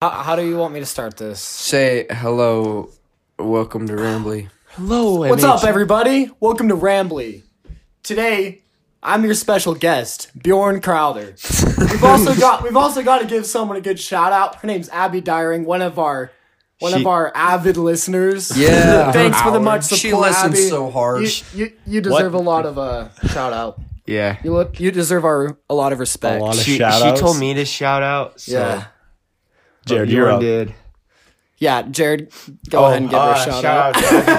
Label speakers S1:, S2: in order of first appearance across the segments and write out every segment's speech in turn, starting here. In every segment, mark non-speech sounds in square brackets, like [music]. S1: How, how do you want me to start this?
S2: Say hello, welcome to Rambly.
S3: Hello,
S1: What's up, everybody? Welcome to Rambly. Today, I'm your special guest, Bjorn Crowther. We've [laughs] also got we've also got to give someone a good shout out. Her name's Abby Dyring, one of our one of
S2: She-
S1: our avid listeners. [laughs]
S2: Yeah,
S1: Thanks for the
S2: Hour.
S1: much support.
S2: She listens
S1: Abby.
S2: so hard.
S1: You, you, you deserve a lot of uh, shout out.
S2: Yeah,
S1: You look you deserve our a lot of respect.
S3: A lot of
S4: she,
S3: shout-outs.
S4: she told me to shout out. So
S1: yeah.
S3: Jared,
S4: Bjorn
S3: you're up.
S4: did.
S1: Yeah, Jared,
S2: Oh,
S1: go ahead and give her a
S4: uh,
S1: shout, out.
S4: shout out. to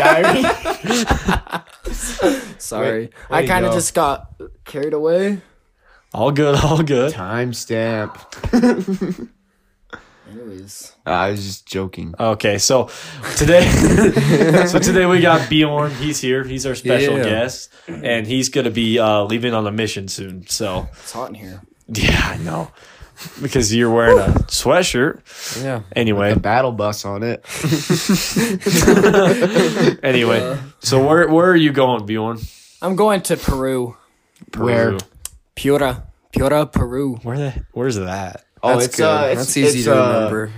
S3: [laughs]
S4: Abby Diary.
S1: Sorry.
S4: Way- way
S1: I
S4: to
S1: kind of
S4: go.
S1: just got carried away.
S3: All good, all good.
S4: Timestamp.
S1: Anyways.
S4: I was just joking.
S3: Okay, so today, [laughs] so today we got Bjorn. He's here. He's our special
S2: Yeah.
S3: guest, and he's gonna be uh, leaving on a mission soon. So
S1: It's hot in here.
S3: yeah, I know because you're wearing a sweatshirt.
S2: yeah.
S3: Anyway,
S4: The battle bus on it.
S3: anyway, so where where are you going, Bjorn?
S1: I'm going to Peru.
S4: Where?
S1: Piura. Piura, Peru.
S3: Where the where's that?
S4: Oh,
S2: That's
S4: it's
S2: good.
S4: uh, it's,
S2: That's easy
S4: it's,
S2: to
S4: uh,
S2: remember.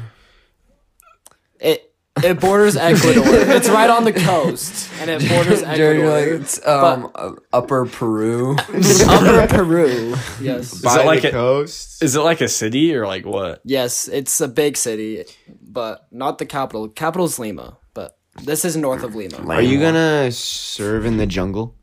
S1: It it [laughs] borders Ecuador. it's right on the coast. And it [laughs] borders
S2: Jared, you're
S1: Ecuador.
S2: like it's um upper Peru.
S1: [laughs] Upper
S3: [laughs]
S1: Peru. Yes.
S4: By
S3: it like
S4: the
S3: a-
S4: coast.
S3: Is it like a city or like what?
S1: Yes, it's a big city, but not the capital. Capital's Lima, but this is north of Lima.
S4: Are you gonna serve in the jungle?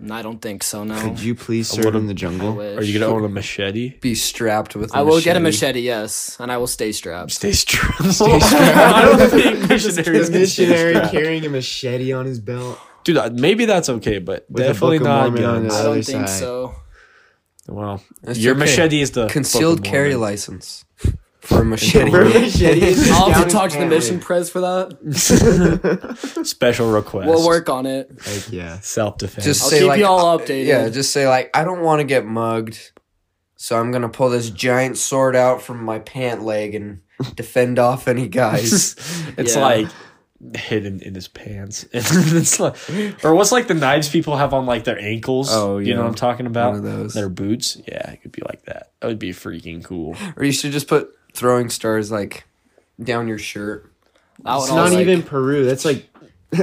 S1: And I don't think so, no.
S4: Could you please serve in the jungle?
S1: Wish.
S3: Are you gonna own a machete?
S2: Be strapped with.
S1: I will get a machete, yes, and I will stay strapped.
S3: Stay [laughs] strong. I don't think missionaries can stay strapped.
S4: carrying a machete on his [laughs] belt.
S3: Dude, uh, maybe that's okay, but
S4: a
S3: definitely
S4: Book of
S3: not
S4: Mormon on
S3: guns.
S1: I
S4: Other
S1: don't think
S4: side.
S1: so.
S3: Well,
S2: That's
S3: your
S2: okay.
S3: machete is the
S2: concealed
S3: Book of
S2: carry
S3: Mormon.
S2: license [laughs] for a machete.
S1: I'll have to talk to the mission pres for that.
S3: special request.
S1: We'll work on it.
S4: Heck yeah.
S3: self defense.
S2: Just
S1: I'll
S2: say
S1: keep
S2: like uh,
S1: you all updated.
S2: Yeah, just say like I don't want to get mugged, so I'm gonna pull this giant sword out from my pant leg and defend off any guys. [laughs]
S3: it's
S1: Yeah.
S3: like hidden in his pants. [laughs] it's like, or what's like the knives people have on like their ankles?
S2: Oh,
S3: you
S2: yeah.
S3: know what I'm talking about.
S2: One of those.
S3: Their boots. Yeah, it could be like that. That would be
S2: [gasps]
S3: freaking cool.
S2: or you should just put throwing stars like down your shirt.
S1: I would
S4: It's
S1: all
S4: not
S1: like-
S4: even Peru. That's like.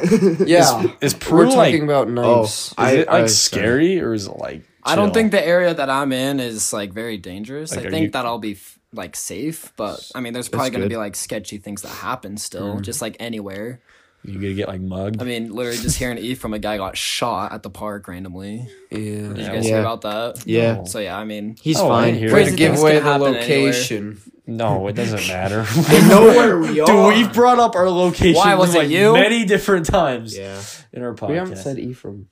S2: Yeah.
S3: Is
S2: We're
S3: Peru
S2: talking
S3: like? Is
S2: about knives.
S4: I-
S3: it like
S4: I-
S3: scary or is it like?
S1: I don't
S3: chill?
S1: think the area that I'm in is like very dangerous.
S3: Like,
S1: I
S3: are
S1: think
S3: you-
S1: that I'll be f- like safe, but I mean, there's probably going to
S4: good.
S1: be like sketchy things that happen still,
S3: Mm-hmm.
S1: just like anywhere.
S3: you gonna get like mugged.
S1: I mean, literally just hearing E from a guy got shot at the park randomly. Did
S2: yeah.
S1: you guys
S4: Yeah.
S1: hear about that?
S4: Yeah.
S1: So yeah, I mean,
S4: He's
S3: Oh, I
S4: fine.
S3: didn't hear
S2: Way
S1: Crazy
S2: to
S3: it.
S2: give
S1: things
S2: away
S1: can
S2: the
S1: happen anywhere.
S2: location.
S3: No, it
S2: [laughs]
S3: doesn't matter.
S4: know where we are.
S3: Dude, we've brought up our location
S1: Why was it
S3: like
S1: you?
S3: many different times
S4: Yeah.
S3: in our podcast.
S2: We haven't said Ephraim.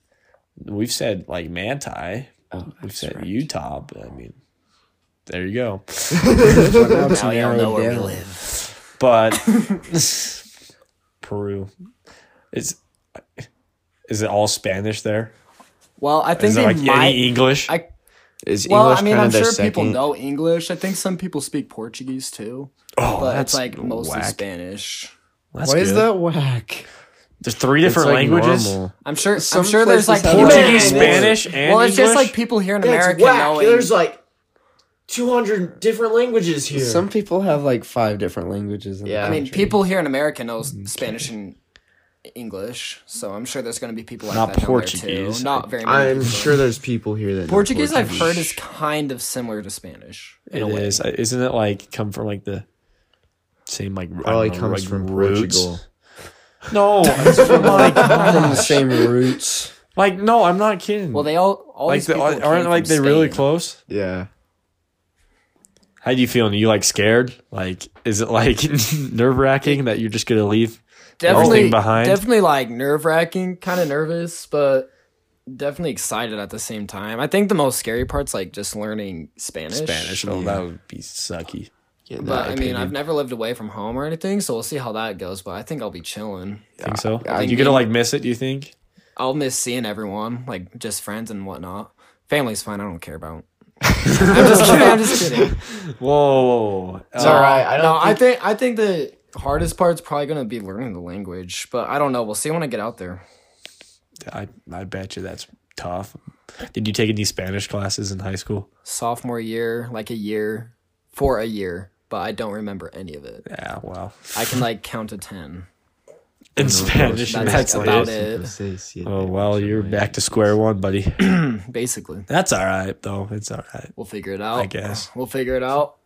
S3: we've said like Manti.
S1: Oh,
S3: we've said Utah. But, I mean, there you go.
S1: now y'all know where we live.
S3: But
S1: [laughs]
S3: Peru is is it all Spanish there?
S1: Well, I think
S3: Is
S1: they
S3: there like
S1: might.
S3: any English?
S1: I
S4: Is
S1: well,
S4: English
S1: I mean,
S4: kind
S1: I'm
S4: of their
S1: sure people
S4: second?
S1: know English. I think some people speak Portuguese too,
S3: oh,
S1: but
S3: that's
S1: it's like mostly
S3: whack.
S1: Spanish.
S3: That's
S4: Why is
S3: good.
S4: that whack?
S3: There's three different
S4: like
S3: languages:
S4: normal.
S1: I'm sure.
S2: Some
S1: I'm sure there's like
S2: places have
S1: people-
S3: Portuguese,
S4: Yeah.
S3: Spanish, and
S1: Well, it's
S3: English.
S1: just like people here in America knowing.
S4: like 200 different languages here.
S2: Some people have like five different languages. In
S4: Yeah.
S1: I mean, people here in America know s-
S3: Mm.
S1: Spanish and English, so I'm sure there's going to be people like
S3: Not
S1: that nowhere
S3: Portuguese.
S1: too. Not very. Many
S4: I'm
S1: people.
S4: sure there's people here that know
S1: Portuguese, I've heard, is kind of similar to Spanish.
S3: It is. Isn't it like come from like the same like I
S4: probably
S3: don't know,
S4: comes
S3: like,
S4: from
S3: roots?
S4: Portugal.
S1: [laughs]
S3: No, it's from like
S2: from the same roots.
S3: like no, I'm not kidding.
S1: Well, they all all
S3: like
S1: these
S3: the-
S1: people came
S3: aren't like
S1: from
S3: they really
S1: Spain.
S3: close?
S1: Oh,
S4: Yeah.
S3: How do you feeling? Are you like scared? Like, is it like [laughs] nerve wracking that you're just gonna leave?
S1: Definitely
S3: everything behind?
S1: Definitely like nerve wracking, kind of nervous, but definitely excited at the same time. I think the most scary part's like just learning Spanish.
S3: Spanish. Oh, that would be sucky.
S1: But I mean, I've never lived away from home or anything, so we'll see how that goes. But I think I'll be chilling.
S3: think so?
S1: I
S3: you
S1: think-
S3: gonna like miss it? Do you think?
S1: I'll miss seeing everyone, like just friends and whatnot. Family's fine. I don't care about. I'm just kidding. I'm just kidding.
S3: Whoa! Uh,
S4: all right. I don't
S1: No, I think I think the hardest part's probably gonna be learning the language, but I don't know. We'll see when I get out there.
S3: I I bet you that's tough. Did you take any Spanish classes in high school?
S1: Sophomore year, like a year for a year, but I don't remember any of it.
S3: Yeah, wow.
S1: I can like count to ten.
S3: In Spanish,
S1: That's
S3: that's
S1: about
S3: like,
S1: it.
S3: oh well, you're back to square one, buddy. [clears throat]
S1: Basically,
S3: That's all right though. It's all right.
S1: we'll figure it out.
S3: I guess.
S1: we'll figure it out.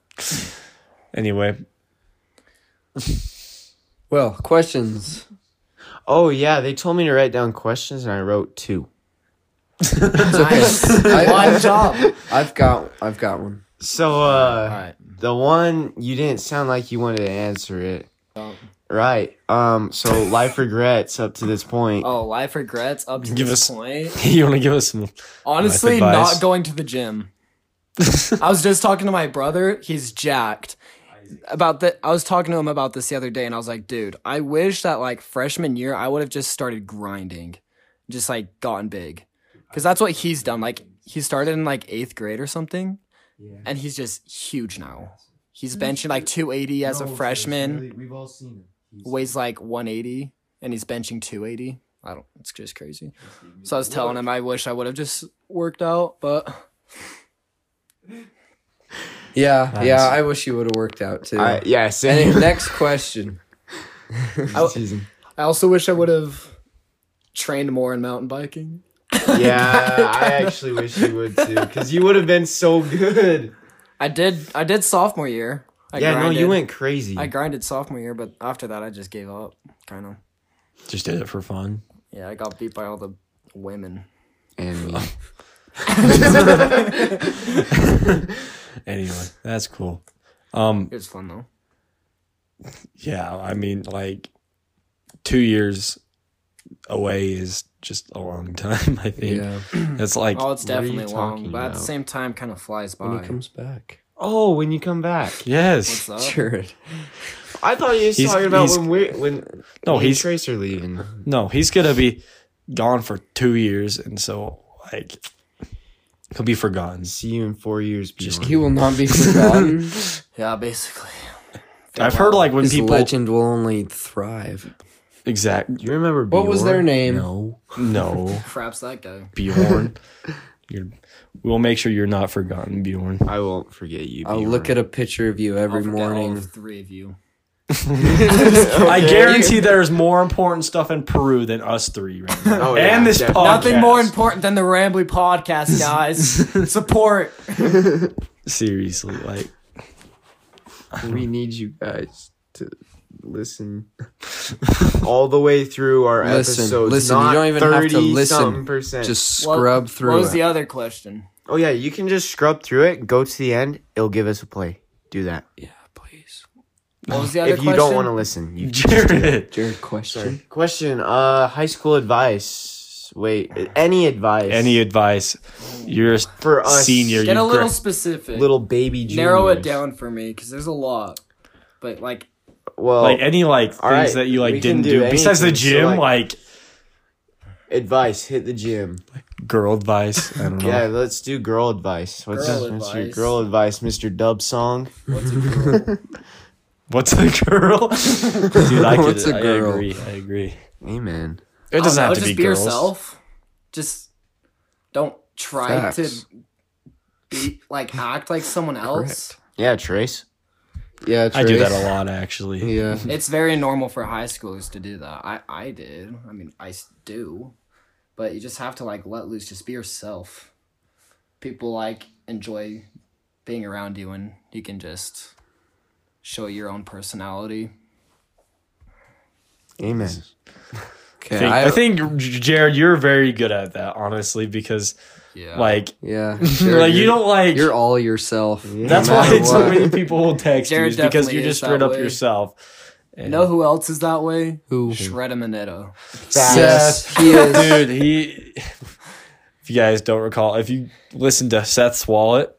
S3: Anyway, [laughs]
S2: Well, questions.
S4: Oh yeah, they told me to write down questions, and I wrote two.
S1: Nice.
S2: I,
S1: One job.
S2: I've got I've got one.
S4: So uh,
S1: All right.
S4: the one you didn't sound like you wanted to answer it.
S1: Um,
S4: Right. Um. So life regrets up to this point.
S1: oh, life regrets up to
S3: Give
S1: this
S3: us-
S1: point.
S3: you want to give us some?
S1: Honestly,
S3: advice.
S1: not going to the gym. I was just talking to my brother. He's jacked. About the, I was talking to him about this the other day, and I was like, "Dude, I wish that like freshman year I would have just started grinding, just like gotten big, because that's what he's done. Like he started in like eighth grade or something, and he's just huge now. He's benching like 280 as a freshman,
S4: We've all seen him.
S1: weighs like 180, and he's benching 280. I don't. It's just crazy. So I was telling him I wish I would have just worked out, but.
S2: Yeah,
S3: Nice.
S2: yeah. I wish you would have worked out too.
S4: I, yeah. Same.
S2: Any- next question.
S4: [laughs]
S1: I also wish I would have trained more in mountain biking.
S4: yeah, I actually wish you would too, because you would have been so good.
S1: I did. I did sophomore year. I
S4: yeah, no,
S1: grinded.
S4: you went crazy.
S1: I grinded sophomore year, but after that, I just gave up. Kind of.
S3: [laughs] Just did it for fun.
S1: Yeah, I got beat by all the women.
S4: and
S3: Anyway, that's cool. Um,
S1: It was fun though.
S3: yeah, I mean, like two years away is just a long [laughs] time. I think
S2: Yeah.
S3: it's like
S1: Oh, it's
S4: what are you
S1: definitely long,
S4: talking
S1: but at the
S4: about?
S1: same time, kind of flies by.
S2: When he comes back.
S4: oh, when you come back,
S3: yes.
S1: What's up?
S2: Sure.
S4: I thought you were
S3: He's-
S4: talking about
S3: he's-
S4: when we when
S3: No,
S4: me and
S3: he's-
S4: Tracer leaving.
S3: No, he's gonna be gone for two years, and so like he'll be forgotten.
S4: See you in four years. Just
S2: He will not be forgotten.
S1: Yeah, basically. [laughs]
S3: I've heard like when
S2: His
S3: people
S2: legend will only thrive.
S3: exact
S4: you remember
S2: What was their name?
S3: no no
S1: Craps that guy.
S3: Bjorn. You're, we'll make sure you're not forgotten, Bjorn.
S4: [laughs] I won't forget you.
S2: I'll
S4: Bjorn.
S2: look at a picture of you every
S1: I'll forget all
S2: morning.
S1: three of you.
S3: I guarantee there's more important stuff in Peru than us three right now. and
S4: Oh, yeah,
S3: this
S4: definitely.
S3: podcast.
S1: Nothing more important than the Rambly podcast,
S3: [laughs]
S1: guys. Support.
S3: [laughs] Seriously, like
S4: We need you guys to listen [laughs] all the way through our
S2: Listen,
S4: episodes.
S2: listen, you
S4: not
S2: don't even have to
S4: 30
S2: listen.
S4: some Percent.
S2: Just
S1: What-
S2: scrub
S1: What
S2: through
S1: was
S2: it.
S1: the other question?
S4: oh yeah, you can just scrub through it. Go to the end. It'll give us a play. Do that.
S2: yeah, please.
S1: What was the other
S4: if you
S1: question?
S4: don't want to listen, you
S3: Jared.
S2: Jared, question.
S4: question. Uh, high school advice. Wait, any advice?
S3: Any advice? You're a
S4: for us
S3: senior.
S1: Get a
S3: you
S1: little
S3: gra-
S1: specific.
S4: little baby. Juniors.
S1: narrow it down for me because there's a lot. But like,
S4: Well,
S3: like any like things
S4: All right,
S3: that you
S4: we
S3: like
S4: can
S3: didn't
S4: do
S3: do, besides the
S4: anything, so,
S3: gym,
S4: like-
S3: like,
S4: advice. Hit the gym.
S3: girl advice. I don't know.
S4: Yeah, let's do girl advice. What's,
S1: Girl
S4: what's your
S1: advice.
S4: girl advice, Mr. Dub Song?
S1: what's a girl?
S3: [laughs] What's a
S4: [laughs]
S3: girl? Dude, I could,
S2: What's a girl?
S3: I agree. I agree.
S4: Amen.
S3: It doesn't
S1: I don't know, Oh,
S3: have to
S1: just
S3: be,
S1: be
S3: girls.
S1: yourself. Just don't try
S2: Facts.
S1: to be like act like someone else.
S4: Yeah, Trace.
S2: Yeah,
S3: I do
S2: Trace.
S3: that a lot, actually.
S2: Yeah.
S1: It's very normal for high schoolers to do that. I I did. I mean, I s- do. But you just have to like let loose. Just be yourself. People like enjoy being around you, and you can just show your own personality.
S4: Amen.
S2: Okay.
S3: Think-
S2: I,
S3: I think J- Jared, you're very good at that, honestly, because
S1: Yeah.
S3: like, [laughs]
S2: Yeah.
S3: like you don't like.
S2: You're all yourself.
S3: that's
S2: no
S3: why
S2: matter
S3: so
S2: what.
S3: many people will text you
S1: Jared
S3: is because
S1: definitely
S3: you're
S1: is
S3: just
S1: that
S3: straight up
S1: way.
S3: yourself. And-
S1: know who else is that way?
S2: Who?
S1: Shred a Minetto.
S2: Seth.
S3: [laughs]
S2: He is.
S3: dude he if you guys don't recall if you listened to seth's wallet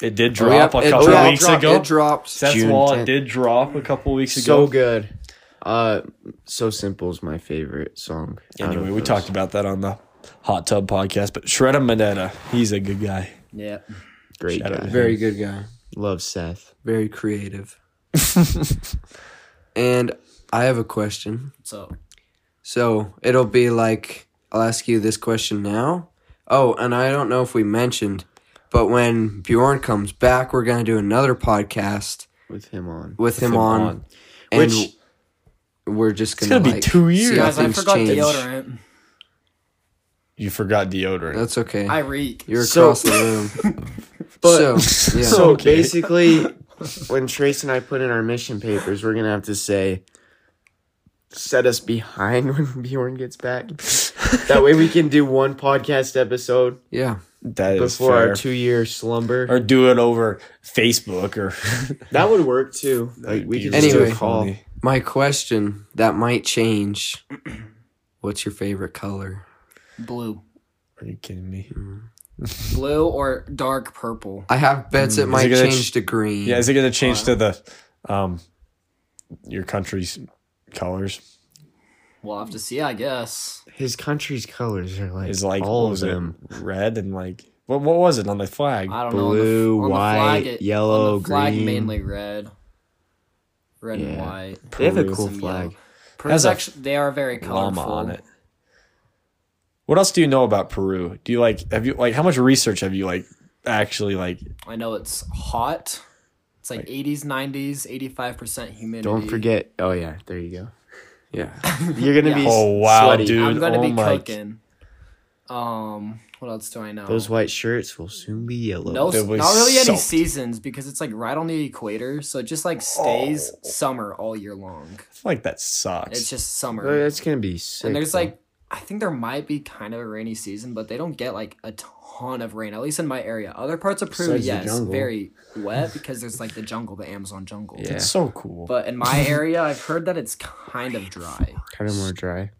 S3: it did drop
S2: Oh, Yep,
S3: a
S2: it
S3: couple
S2: dropped.
S3: weeks
S4: dropped.
S3: ago
S2: It dropped.
S3: seth's
S4: June
S3: wallet
S4: 10th.
S3: did drop a couple weeks
S4: So
S3: ago
S4: good. Uh, so simple is my favorite song. out
S3: anyway
S4: of
S3: we
S4: those.
S3: talked about that on the hot tub podcast but shredda manetta he's a good guy
S1: Yeah.
S4: Great
S3: Shout out
S4: guy.
S3: to him.
S2: Very good guy.
S4: Love Seth.
S2: Very
S3: [laughs]
S2: creative. and I have a question.
S1: So
S2: So it'll be like I'll ask you this question now. Oh, and I don't know if we mentioned, but when Bjorn comes back, we're gonna do another podcast
S4: with him on.
S2: with him
S3: him
S2: on,
S3: on.
S2: and
S3: Which-
S2: we're just gonna,
S3: gonna be
S2: like,
S3: two
S2: see
S3: years.
S2: how
S1: Guys, I
S2: things
S1: forgot
S2: change.
S1: deodorant.
S3: You forgot deodorant.
S2: That's okay.
S1: I reek.
S2: You're
S4: So-
S2: across
S3: [laughs]
S2: the room.
S4: But-
S2: so, yeah.
S4: So
S3: Okay. [laughs]
S4: basically, when Trace and I put in our mission papers, we're gonna have to say, "Set us behind [laughs] when Bjorn gets back." that way, we can do one podcast episode
S2: yeah.
S3: That is
S4: before
S3: fair.
S4: our two-year slumber.
S3: or do it over Facebook or
S4: that would work too. Like
S3: [laughs]
S4: we could just do
S2: Anyway.
S4: a call.
S2: My question that might change. What's your favorite color?
S1: Blue.
S3: Are you kidding me?
S1: Blue or dark purple.
S2: I have
S1: Hmm,
S2: bets it
S3: it
S2: might
S3: gonna
S2: change
S3: ch-
S2: to green.
S3: Yeah, is it gonna change to the um your country's colors?
S1: We'll have to see, I guess.
S4: His country's colors are like,
S3: Is like
S4: all
S3: what
S4: of
S3: was
S4: them.
S3: it? Red and like what what was it on the flag?
S1: I don't
S4: Blue,
S1: know. On the, on the
S4: white,
S1: flag, it-
S4: yellow,
S1: on the flag
S4: green.
S1: mainly red. Red and
S4: Yeah.
S1: white.
S4: They have a
S3: Peru.
S4: cool
S1: Some
S4: flag.
S1: yellow. Peru's
S3: a
S1: actu- they are very colorful.
S3: llama on it. What else do you know about Peru? Do you like have you like how much research have you like actually like
S1: I know it's hot. It's like 80s, 90s, 85% humidity.
S4: Don't forget. Oh yeah, there you go.
S2: Yeah.
S4: You're gonna be
S1: Yeah.
S3: Oh wow,
S4: sweaty.
S3: dude.
S1: I'm gonna
S3: oh
S1: be
S3: my
S1: cooking. Um, what else do I know?
S4: Those white shirts will soon be yellow.
S1: Oh. no,
S3: they'll
S1: not
S3: be
S1: really any
S3: soaked.
S1: seasons because it's like right on the equator, so it just like stays
S3: Oh.
S1: summer all year long.
S3: I feel like that sucks.
S1: It's just summer.
S4: Oh, that's gonna be sick.
S1: and there's
S4: though.
S1: like I think there might be kind of a rainy season, but they don't get like a ton of rain, at least in my area. Other parts of Peru,
S2: Besides the
S1: yes,
S2: jungle.
S1: very
S2: [laughs]
S1: wet because there's like the jungle, the Amazon jungle.
S4: Yeah.
S3: It's so cool.
S1: But in my area, I've heard that it's kind of dry.
S4: kind of more dry.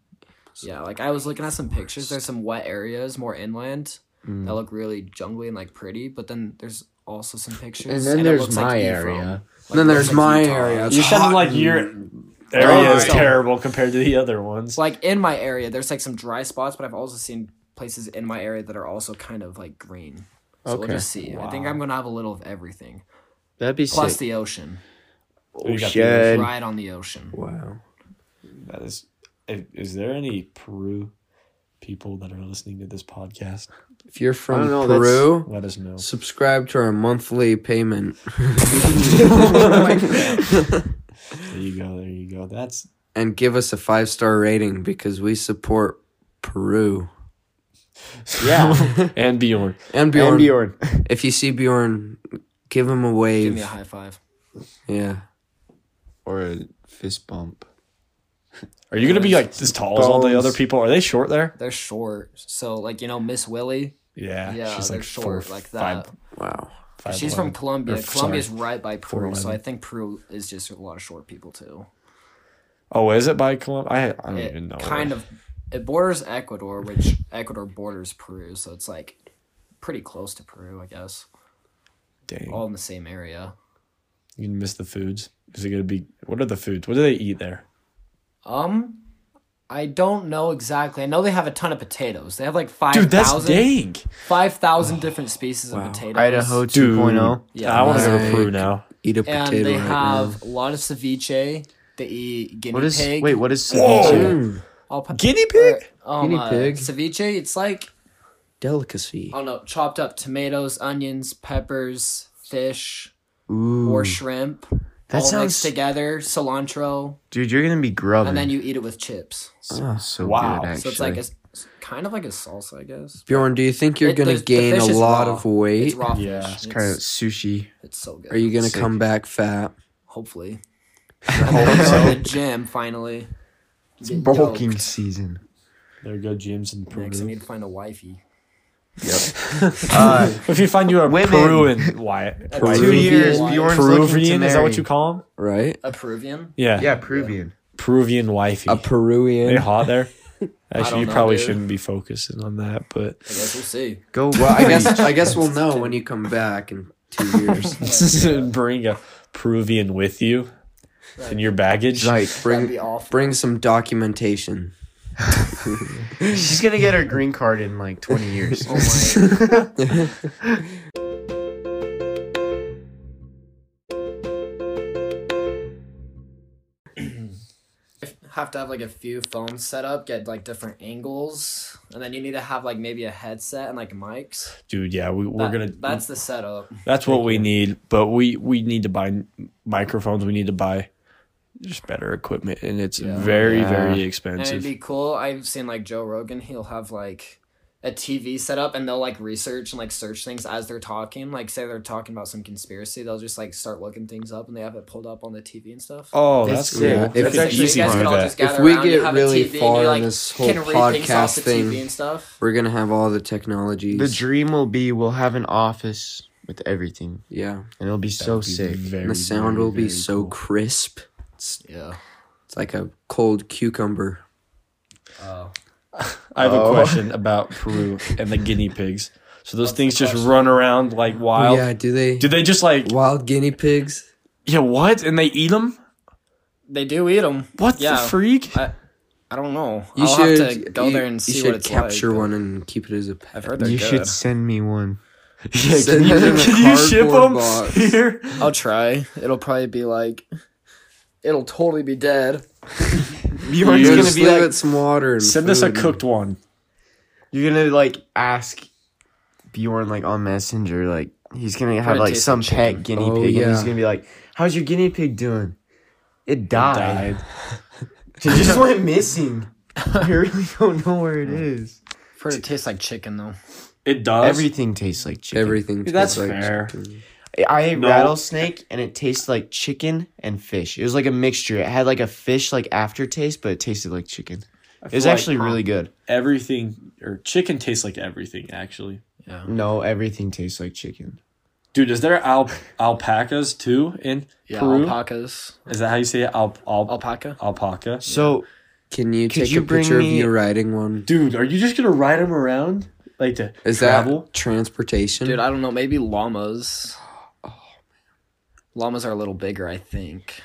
S1: Yeah, like I was looking at some pictures. There's some wet areas more inland
S2: Mm.
S1: that look really jungly and like pretty, but then there's also some pictures.
S4: And then
S1: it
S4: there's
S1: looks
S4: my
S1: Ephraim.
S4: area.
S1: Like,
S2: then
S1: it
S2: there's
S1: looks like
S2: my
S1: Utah.
S2: area. It's
S3: you sound
S2: hot
S3: like
S2: and-
S3: your area is
S1: Alright.
S3: terrible compared to the other ones.
S1: So, like in my area, there's like some dry spots, but I've also seen places in my area that are also kind of like green. So we'll
S4: Okay.
S1: just see. I think I'm gonna have a little of everything,
S4: That'd be
S1: plus
S4: sick.
S1: the ocean,
S3: We got the-
S4: Ocean.
S1: right on the ocean.
S2: Wow.
S3: That is, is, is there any Peru people that are listening to this podcast?
S2: If you're
S4: I
S2: from
S4: don't know, that's-
S2: Peru,
S3: Let us know.
S2: subscribe to our monthly
S4: [laughs]
S2: payment. [laughs]
S3: There you go. There you go. That's
S2: and give us a five star rating because we support Peru.
S4: [laughs] yeah.
S3: [laughs] and Bjorn.
S2: And Bjorn.
S4: and Bjorn.
S2: If you see Bjorn, give him a
S1: Give
S2: wave.
S1: me a high five.
S2: yeah.
S4: or a fist bump.
S3: Are you gonna be like as tall as all the other people? Are they short there?
S1: They're short, so like you know Miss Willie.
S3: Yeah.
S1: Yeah, they're short like that.
S2: Wow.
S3: five
S1: She's from
S3: eleven.
S1: Colombia.
S3: or,
S1: Colombia's
S3: sorry,
S1: right by Peru, so
S3: 411.
S1: I think Peru is just a lot of short people too.
S3: Oh, is it by Colombia? I I don't
S1: It
S3: even know.
S1: kind of it borders Ecuador, which Ecuador borders Peru, so it's like pretty close to Peru, I guess.
S3: Dang.
S1: All in the same area.
S3: You can miss the foods. Is it gonna be? What are the foods? What do they eat there?
S1: Um, I don't know exactly. I know they have a ton of potatoes. They have like five
S3: Dude, that's
S1: thousand
S3: dang.
S1: five thousand different species of potatoes.
S4: Idaho oh.
S3: Dude,
S4: 2.0.
S1: Yeah.
S3: I want to go to
S2: Like-
S3: Peru now.
S2: Eat a
S1: and
S2: potato
S1: they
S2: right
S1: have a lot of ceviche. They eat guinea
S4: What is
S1: pig.
S4: wait? What is
S3: Whoa.
S4: ceviche?
S1: all pa-
S3: Guinea pig?
S1: or, um,
S2: Guinea
S1: uh,
S2: pig.
S1: ceviche. It's like
S2: Delicacy.
S1: oh no, chopped up tomatoes, onions, peppers, fish,
S4: Ooh,
S1: or shrimp.
S4: That
S1: all
S4: sounds-
S1: mixed together, cilantro,
S4: dude, you're gonna be grubbing. Ah.
S1: and then you eat it with chips.
S4: so, so
S3: Wow.
S4: good, actually.
S1: So it's like a s- kind of like a salsa, I guess.
S2: Bjorn, do you think you're
S1: It-
S2: going
S1: the-
S2: to
S1: the
S2: gain a
S1: fish is
S2: lot
S1: raw.
S2: of weight?
S1: It's raw fish.
S3: Yeah,
S1: It's,
S4: kind of sushi.
S1: it's so good.
S2: Are you going to
S4: Sick.
S2: come back fat? [laughs]
S1: Hopefully. I'm gonna go to the gym finally. It's
S4: Bulking season.
S3: There go gyms in Peru.
S1: Next, I need to find a wifey.
S4: Uh,
S3: If you find you a
S4: Women.
S3: Peruvian, why?
S4: two
S1: Peruvian.
S4: years.
S1: Why?
S4: Bjorn's looking
S3: Peruvian
S4: to
S3: is that what
S4: marry.
S3: you call them?
S2: Right?
S1: A Peruvian?
S3: Yeah.
S4: Yeah, Peruvian.
S3: Peruvian wifey.
S2: A Peruvian.
S3: they hot [laughs] there.
S1: don't
S3: Actually, you
S1: know,
S3: probably
S1: dude.
S3: shouldn't be focusing on that, but [laughs]
S1: I guess we'll see.
S4: Go.
S2: Well, I guess I guess we'll know when you come back in two
S3: [laughs]
S2: years.
S3: bring a Peruvian with you in your baggage.
S2: like
S1: That'd
S2: bring
S1: be awful.
S2: bring some documentation.
S4: she's gonna get her green card in like 20 [laughs] years.
S1: Oh my. have to have like a few phones set up, get like different angles, and then you need to have like maybe a headset and like mics.
S3: Dude, yeah, we, we're
S1: That-
S3: gonna
S1: That's the setup.
S3: That's what we need, but we we need to buy microphones. We need to buy just better equipment, and it's
S1: Yeah.
S3: very
S4: Yeah.
S3: very
S1: And
S3: expensive.
S1: it'd be cool. I've seen like Joe Rogan. He'll have like a TV set up, and they'll like research and like search things as they're talking. Like say they're talking about some conspiracy, they'll just like start looking things up, and they have it pulled up on the TV and stuff.
S3: oh,
S4: That's
S3: that's
S4: sick.
S3: cool.
S4: If
S1: That's
S2: it's
S3: That's
S1: like, you
S3: easy
S1: guys
S3: to
S1: can
S3: do
S1: all
S3: that.
S1: just gather
S2: If we
S1: around, you
S2: get
S1: have a
S2: really
S1: TV, and you,
S2: far in
S1: like,
S2: this whole
S1: can read things off the
S2: podcast thing,
S1: TV and stuff.
S2: We're gonna have all the technologies.
S4: The dream will be we'll have an office with everything,
S2: yeah,
S4: and it'll be
S3: That
S4: so
S3: would be
S4: sick.
S3: very,
S2: and the sound
S3: very,
S2: will be
S3: very
S2: so
S3: cool.
S2: crisp. It's,
S1: Yeah.
S2: it's like a cold cucumber.
S1: Oh.
S3: I have
S4: Oh.
S3: a question about Peru and the guinea pigs. So those
S1: What's
S3: things
S1: the
S3: just
S1: question?
S3: run around like wild.
S2: yeah, do they,
S3: Do they just like
S2: wild guinea pigs?
S3: yeah what and they eat them?
S1: They do eat them.
S3: What the freak?
S1: I- I don't know.
S2: You
S1: I'll
S2: should
S1: have to go
S2: you-
S1: there and
S2: you
S1: see
S2: should
S1: what it's
S2: capture
S1: like.
S2: one and keep it as a pet.
S1: I've heard they're
S4: You
S1: good.
S4: should send me one.
S3: Yeah, can
S2: Send
S1: [laughs]
S3: you,
S2: them in a
S3: can you ship
S2: cardboard
S3: them
S2: box.
S3: here?
S1: I'll try. [laughs] It'll probably be like, it'll totally be dead.
S4: Bjorn's
S3: You're
S2: You're
S4: gonna
S2: gonna
S3: just
S4: be like,
S2: it some water and
S3: Send us a
S2: food.
S3: cooked one.
S4: [laughs] you're gonna like ask Bjorn like on Messenger, like he's gonna have
S1: it
S4: like
S1: tastes
S4: some
S1: like
S4: pet
S1: chicken.
S4: guinea
S2: Oh,
S4: pig, and he's
S2: yeah.
S4: gonna be like, "How's your guinea pig doing? It died.
S3: died.
S4: [laughs] It just went missing. I really don't know where it is.
S1: I've heard it tastes like chicken though.
S3: It does.
S4: Everything tastes like chicken.
S2: Everything.
S3: Dude, that's
S2: tastes like
S3: fair.
S2: chicken.
S4: I ate
S3: No.
S4: rattlesnake and it tasted like chicken and fish. It was like a mixture. It had like a fish like aftertaste, but it tasted like chicken. It was
S3: feel like-
S4: actually really good.
S3: everything or chicken tastes like everything actually.
S4: No, everything tastes like chicken.
S3: Dude, is there al- alpacas too in
S1: Yeah,
S3: Peru?
S1: alpacas.
S3: is that how you say it? Al- al-
S1: Alpaca.
S3: alpaca?
S4: So
S2: Can you
S4: Could
S2: take
S4: you
S2: a
S4: bring
S2: picture of
S4: me-
S2: you riding one?
S3: Dude, are you just gonna ride them around like to
S2: Is
S3: travel?
S2: that transportation?
S4: Mm.
S1: Dude, I don't know. Maybe llamas.
S4: Oh,
S1: Llamas are a little bigger, I think.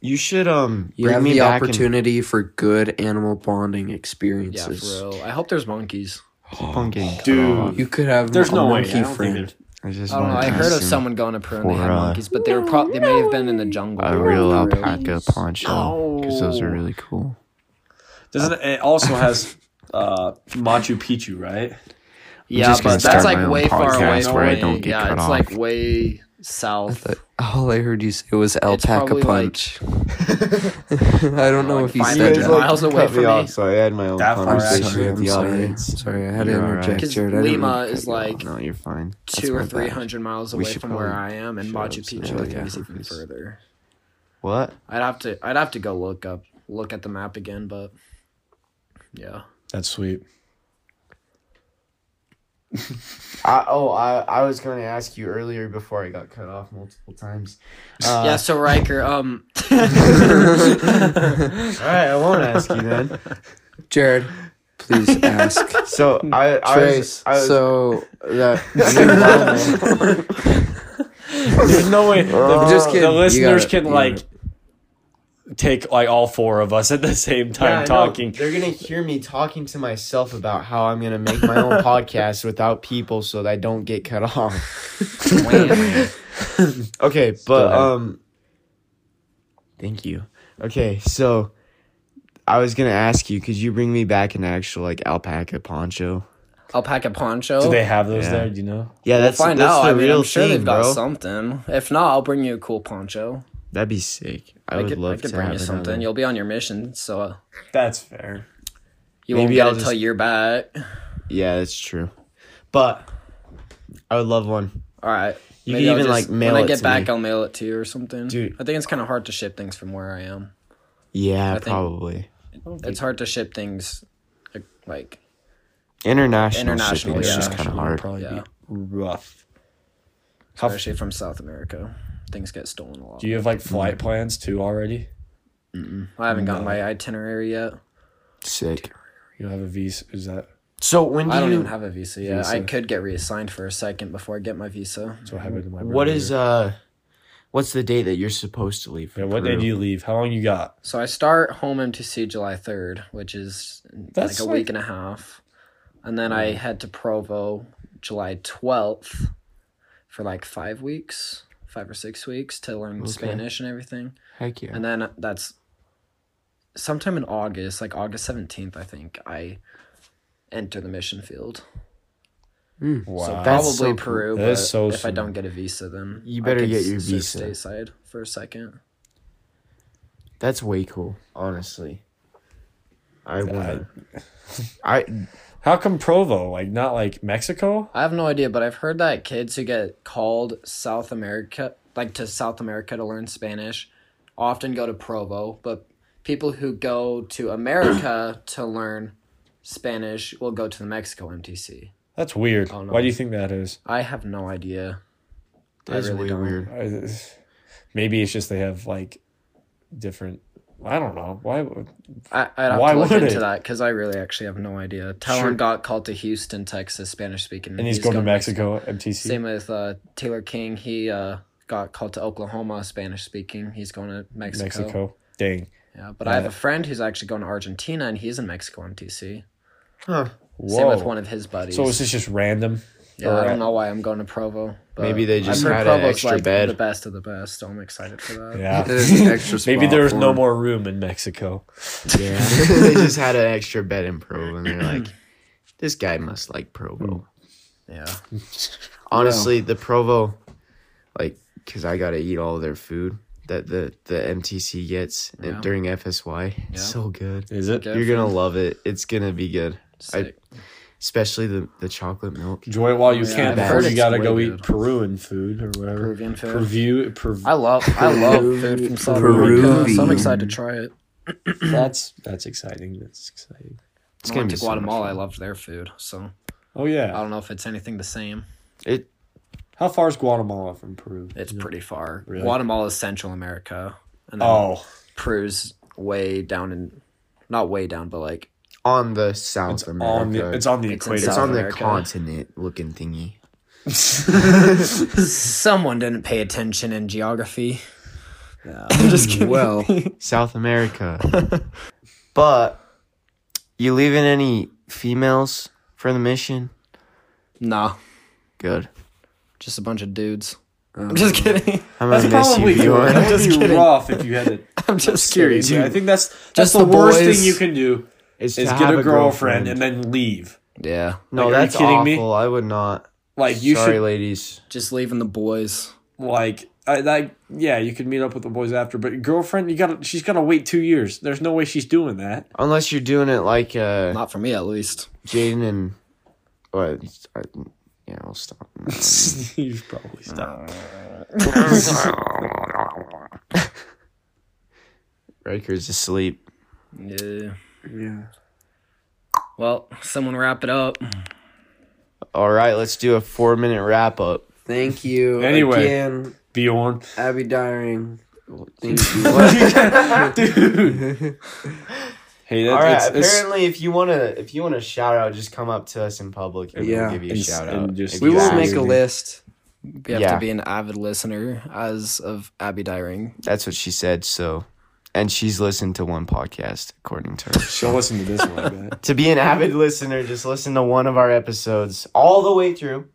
S4: you should um
S2: you
S4: bring
S2: have
S4: me
S2: the
S4: back
S2: opportunity for good animal bonding
S1: Yeah, for
S2: experiences.
S1: real. I hope there's monkeys.
S4: and Keep on getting cut
S3: Dude.
S4: off.
S2: You could have
S3: There's
S2: a
S3: no way.
S2: monkey
S3: I don't think
S2: friend.
S3: there's-
S4: I just
S1: I don't know.
S4: wanna
S1: I heard of
S4: ask him
S1: someone going to Peru and they
S4: for,
S1: had
S4: uh,
S1: monkeys, but they were pro- they may have been in the jungle.
S4: a real
S1: For real.
S4: alpaca poncho because those
S1: Oh.
S4: are
S3: No.
S4: really cool.
S3: Doesn't it, it also has uh Machu Picchu, right?
S1: Yeah,
S4: just gonna
S1: but that's
S4: start my
S1: like
S4: own
S1: way far away.
S4: podcast
S1: From
S4: where I
S1: me.
S4: don't get
S1: yeah,
S4: cut
S1: it's
S4: off.
S1: like way south.
S2: But all I heard you say was
S1: It's
S2: alpaca
S1: probably like- [laughs]
S2: punch. [laughs] I don't know
S1: Like
S2: if you
S1: five
S2: said
S1: minutes
S2: that.
S1: away. miles away from me.
S4: so I had my own
S3: That far
S2: I'm
S3: Actually,
S2: sorry,
S4: with
S2: I'm
S4: the
S2: sorry. I'm
S4: audience.
S2: sorry, I had
S4: You're
S2: to
S4: alright.
S2: interject,
S1: Because
S2: Jared. I didn't
S1: Lima
S2: mean to
S1: is
S2: cut you off.
S1: like
S4: No, you're fine. That's
S1: two
S4: my
S1: or
S4: bad.
S1: three hundred miles
S4: We
S1: away
S4: should
S1: from where I
S4: probably
S1: am, and
S4: shut
S1: Machu
S4: up so
S1: Picchu
S4: that
S1: I
S4: we
S1: think
S4: can
S1: is even
S4: focus.
S1: further.
S4: What?
S1: I'd have to I'd have to go look up look at the map again, but yeah.
S3: That's sweet.
S4: I, oh, I I was going to ask you earlier before I got cut off multiple times. Uh,
S1: yeah, so Riker, um
S4: All right, I won't ask you then.
S2: Jared,
S1: [laughs]
S2: please ask.
S4: [laughs] So I I was,
S2: Trace,
S4: I was
S2: so
S1: [laughs]
S2: that
S3: There's no way the,
S2: Oh. Just kidding.
S3: the
S2: You
S3: listeners
S2: got it.
S3: can
S2: You got
S3: like
S2: it.
S3: take like all four of us at the same
S4: Yeah, I
S3: time
S4: know. [laughs]
S3: talking.
S4: They're gonna hear me talking to myself about how I'm gonna make
S3: [laughs]
S4: my own podcast without people, so that I don't get cut off. okay, but um, thank you. Okay, so I was gonna ask you, could you bring me back an actual like alpaca poncho?
S1: alpaca poncho.
S3: Do they have those
S4: Yeah.
S3: there? Do you know?
S4: Yeah,
S1: We'll
S4: that's
S1: find
S4: that's
S1: out.
S4: the
S1: I mean,
S4: real
S1: I'm sure
S4: thing,
S1: they've got
S4: bro.
S1: something. If not, I'll bring you a cool poncho.
S4: That'd be sick. I,
S1: I
S4: would
S1: could,
S4: love
S1: I could
S4: to
S1: bring
S4: have
S1: you
S4: another.
S1: something. You'll be on your mission, so uh,
S3: That's fair.
S1: you won't
S4: Maybe
S1: get
S4: I'll
S1: it till
S4: just-
S1: you're back.
S4: Yeah, that's true. But I would love one.
S1: All right.
S4: You
S1: Maybe
S4: could
S1: I'll
S4: even,
S1: just-
S4: like, mail
S1: when
S4: it
S1: I get
S4: to
S1: back,
S4: me.
S1: I'll mail it to you or something.
S4: Dude.
S1: I think it's kind of hard to ship things from where I am.
S4: Yeah,
S1: think-
S4: probably.
S1: It's hard to ship things, like- like
S4: International,
S1: International,
S4: shipping is
S1: yeah.
S4: just kind of
S3: International would
S4: hard.
S3: Probably
S1: Yeah.
S3: be rough. How f-
S1: especially from South America. Things get stolen a lot.
S3: do you have like flight plans too already?
S1: I haven't got my itinerary yet.
S4: Sick.
S3: You have a visa? Is that
S4: So when do
S1: I don't
S4: you?
S1: even have a visa yet. I
S3: Visa.
S1: could get reassigned for a second before I get my visa.
S3: that's what happened to my?
S4: what
S3: brother.
S4: is uh, what's the date that you're supposed to leave?
S3: Yeah,
S4: for
S3: what day
S4: Peru?
S3: do you leave? How long you got?
S1: So I start home MTC July 3rd, which is like
S3: That's
S1: a
S3: like-
S1: week and a half. And then
S4: Mm.
S1: I head to Provo July 12th for like five weeks, five or six weeks to learn Spanish and everything.
S4: Heck yeah.
S1: And then that's sometime in August, like August seventeenth, I think I enter the mission field.
S3: Wow.
S1: So
S4: That's
S1: probably
S4: so cool.
S1: Peru.
S3: That
S1: But
S3: is so
S1: if I
S3: soon.
S1: don't get a visa, then
S4: You
S1: I
S4: better
S1: could
S4: get your
S1: s-
S4: visa.
S1: Stay side for a second.
S4: That's way cool, honestly. I want.
S1: [laughs]
S4: I
S3: How come Provo? Like not like Mexico?
S1: I have no idea, but I've heard that kids who get called South America, like to South America to learn Spanish, often go to Provo, but people who go to
S3: [coughs]
S1: America to learn Spanish will go to the Mexico MTC.
S3: That's weird.
S1: Oh, no.
S3: Why do you think that is?
S1: I have no idea. I
S4: that's
S1: really
S4: way
S1: don't. [laughs]
S4: weird. [laughs]
S3: I- [sighs] Maybe it's just they have like different. I don't know. Why? would-
S1: I, I'd have
S3: Why
S1: to look
S3: would
S1: into
S3: it?
S1: that because I really actually have no idea. Talon got called to Houston, Texas, Spanish speaking,
S3: And he's, going to Mexico, MTC.
S1: Same with uh, Taylor King. He uh, got called to Oklahoma, Spanish speaking. He's going to Mexico.
S3: Mexico. Dang.
S1: Yeah, but I have a friend who's actually going to Argentina, and he's in Mexico MTC.
S4: Huh.
S3: Whoa.
S1: Same with one of his buddies.
S3: so is this
S2: [laughs]
S3: just random?
S1: yeah, I don't know why I'm going to Provo. But
S4: Maybe they just
S1: I've heard
S4: had an extra
S1: like
S4: bed.
S1: the best of the best. So I'm excited for that.
S3: Yeah.
S2: There's an extra
S3: [laughs] Maybe
S2: spot
S3: there's
S2: for
S3: no
S2: him.
S3: more room in Mexico.
S4: Yeah. they just had an extra bed in Provo, and they're like, "This guy must like
S1: Hmm.
S4: Provo."
S1: Yeah.
S4: Honestly, the Provo, like, cause I gotta eat all their food that the the MTC gets and
S1: Yeah.
S4: during FSY. It's
S1: Yeah.
S4: so good.
S3: Is it?
S1: Okay.
S4: You're gonna love it. It's gonna be good,
S1: Sick.
S4: especially the the chocolate milk.
S3: Enjoy it while you
S1: Yeah,
S3: can.
S1: I've
S3: before
S1: heard
S3: you
S1: it's
S3: gotta
S1: way
S3: go
S1: good.
S3: eat Peruan food or whatever.
S1: Peruvian food.
S3: Peru. Peru. [clears throat]
S1: I love I love food from South America, so I'm excited to try it.
S3: that's that's exciting. That's exciting.
S4: It's
S1: I
S4: gonna
S1: went
S4: be
S1: to
S4: so much
S1: Guatemala. I
S4: fun.
S1: loved their food, so
S3: Oh
S1: I
S3: yeah.
S1: don't know if it's anything the same.
S4: It
S3: How far is Guatemala from Peru?
S1: It's pretty far.
S3: Really?
S1: Guatemala is Central America, and then
S3: Oh,
S1: Peru's way down in, not way down, but like
S4: on the South America.
S3: on the it's on the
S1: It's in
S3: equator.
S4: It's
S1: South
S4: on the
S1: America.
S4: continent looking thingy.
S1: Someone didn't pay attention in geography. I'm just kidding.
S2: Well,
S4: South America. [laughs] but you leaving any females for the mission?
S1: Nah,
S4: Good.
S1: just a bunch of dudes. Um, I'm just kidding.
S4: I'm gonna miss you,
S3: probably
S4: Bjorn. [laughs]
S3: that would be
S1: [laughs] kidding.
S3: rough if you had it.
S1: [laughs] I'm just curious.
S3: Seriously, I think that's that's
S1: Just
S3: the,
S1: the
S3: worst
S1: boys.
S3: thing you can do
S4: to
S3: is
S4: have
S3: get a,
S4: a
S3: girlfriend,
S4: girlfriend.
S3: and then leave.
S1: Yeah,
S3: Like, are
S4: No,
S3: you
S4: that's
S3: kidding
S4: awful.
S3: me?
S4: I would not.
S3: Like you
S4: Sorry,
S3: should
S4: ladies.
S1: just leaving the boys.
S3: like I like yeah, you can meet up with the boys after, but girlfriend, you gotta she's gotta wait two years. There's no way she's doing that. [laughs]
S4: Unless you're doing it like uh,
S1: Not for me, at least.
S4: Jaden and what? I, yeah, I'll stop. [laughs]
S3: you should probably stop.
S4: Riker's asleep.
S1: Yeah.
S3: Yeah.
S1: Well, someone wrap it up.
S4: All right, let's do a four-minute wrap up.
S2: thank you
S3: Anyway.
S2: again,
S3: [laughs] Bjorn.
S2: Abby Dyring. Thank you.
S3: Dude. Hey, that,
S4: All right.
S3: it's, it's,
S4: apparently, if you wanna if you wanna shout out, just come up to us in public and
S2: Yeah,
S4: we'll give you a
S3: and-
S4: shout
S3: and
S4: out.
S3: just-
S4: if
S2: we
S4: you
S2: will
S4: ask.
S2: make a list.
S1: You have
S4: Yeah.
S1: to be an avid listener, as of Abby Dyring.
S4: That's what she said. So, and she's listened to one podcast, according to her.
S3: she'll listen to this one, I bet.
S4: to be an avid listener, just listen to one of our episodes all the way through.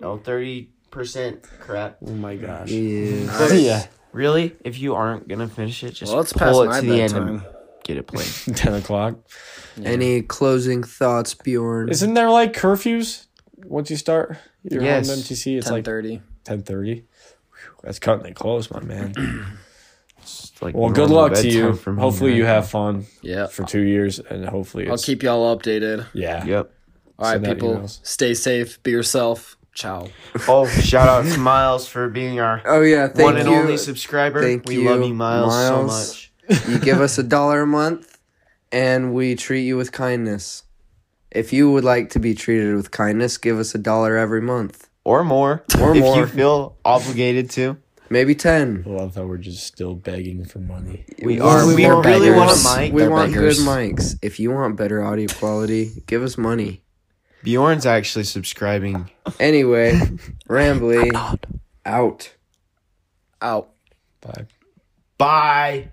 S4: No thirty percent crap.
S1: [laughs]
S3: Oh my gosh.
S2: Yeah.
S3: [laughs] yeah.
S4: Really, if you aren't gonna finish it, just
S1: Well, it's past
S4: pull it
S1: my
S4: to the end
S1: bedtime.
S4: and get it played.
S3: Ten o'clock.
S2: Any closing thoughts, Bjorn?
S3: Isn't there like curfews once you start your
S4: Yes.
S3: home MTC? It's
S1: Ten
S3: like
S1: thirty.
S3: ten thirty. That's cutting it close, my man.
S4: It's like
S3: Well, good
S4: normal
S3: luck to you.
S4: bedtime for me,
S3: Hopefully,
S4: right?
S3: you have fun
S1: Yeah.
S3: for two years, and hopefully,
S1: I'll
S3: it's,
S1: keep y'all updated.
S3: yeah.
S4: Yep.
S1: All right,
S3: Send out
S1: people.
S3: emails.
S1: Stay safe. Be yourself. Ciao.
S4: Oh, shout out to Miles for being our
S2: oh yeah, thank
S4: one
S2: you.
S4: and only subscriber.
S2: Thank
S4: we
S2: you,
S4: love you, Miles,
S2: Miles.
S4: so much.
S2: you give us a dollar a month, and we treat you with kindness. If you would like to be treated with kindness, give us a dollar every month,
S4: Or more,
S2: Or
S4: if you
S2: more.
S4: feel obligated to.
S2: maybe ten.
S3: I love how we're just still begging for money.
S4: We are- we
S2: want
S4: really
S2: beggars.
S4: want a mic.
S2: We
S1: They're
S2: want
S1: beggars.
S2: good mics. If you want better audio quality, give us money.
S4: Bjorn's actually subscribing. [laughs]
S2: Anyway, rambly out.
S1: Out.
S3: Bye.
S4: Bye.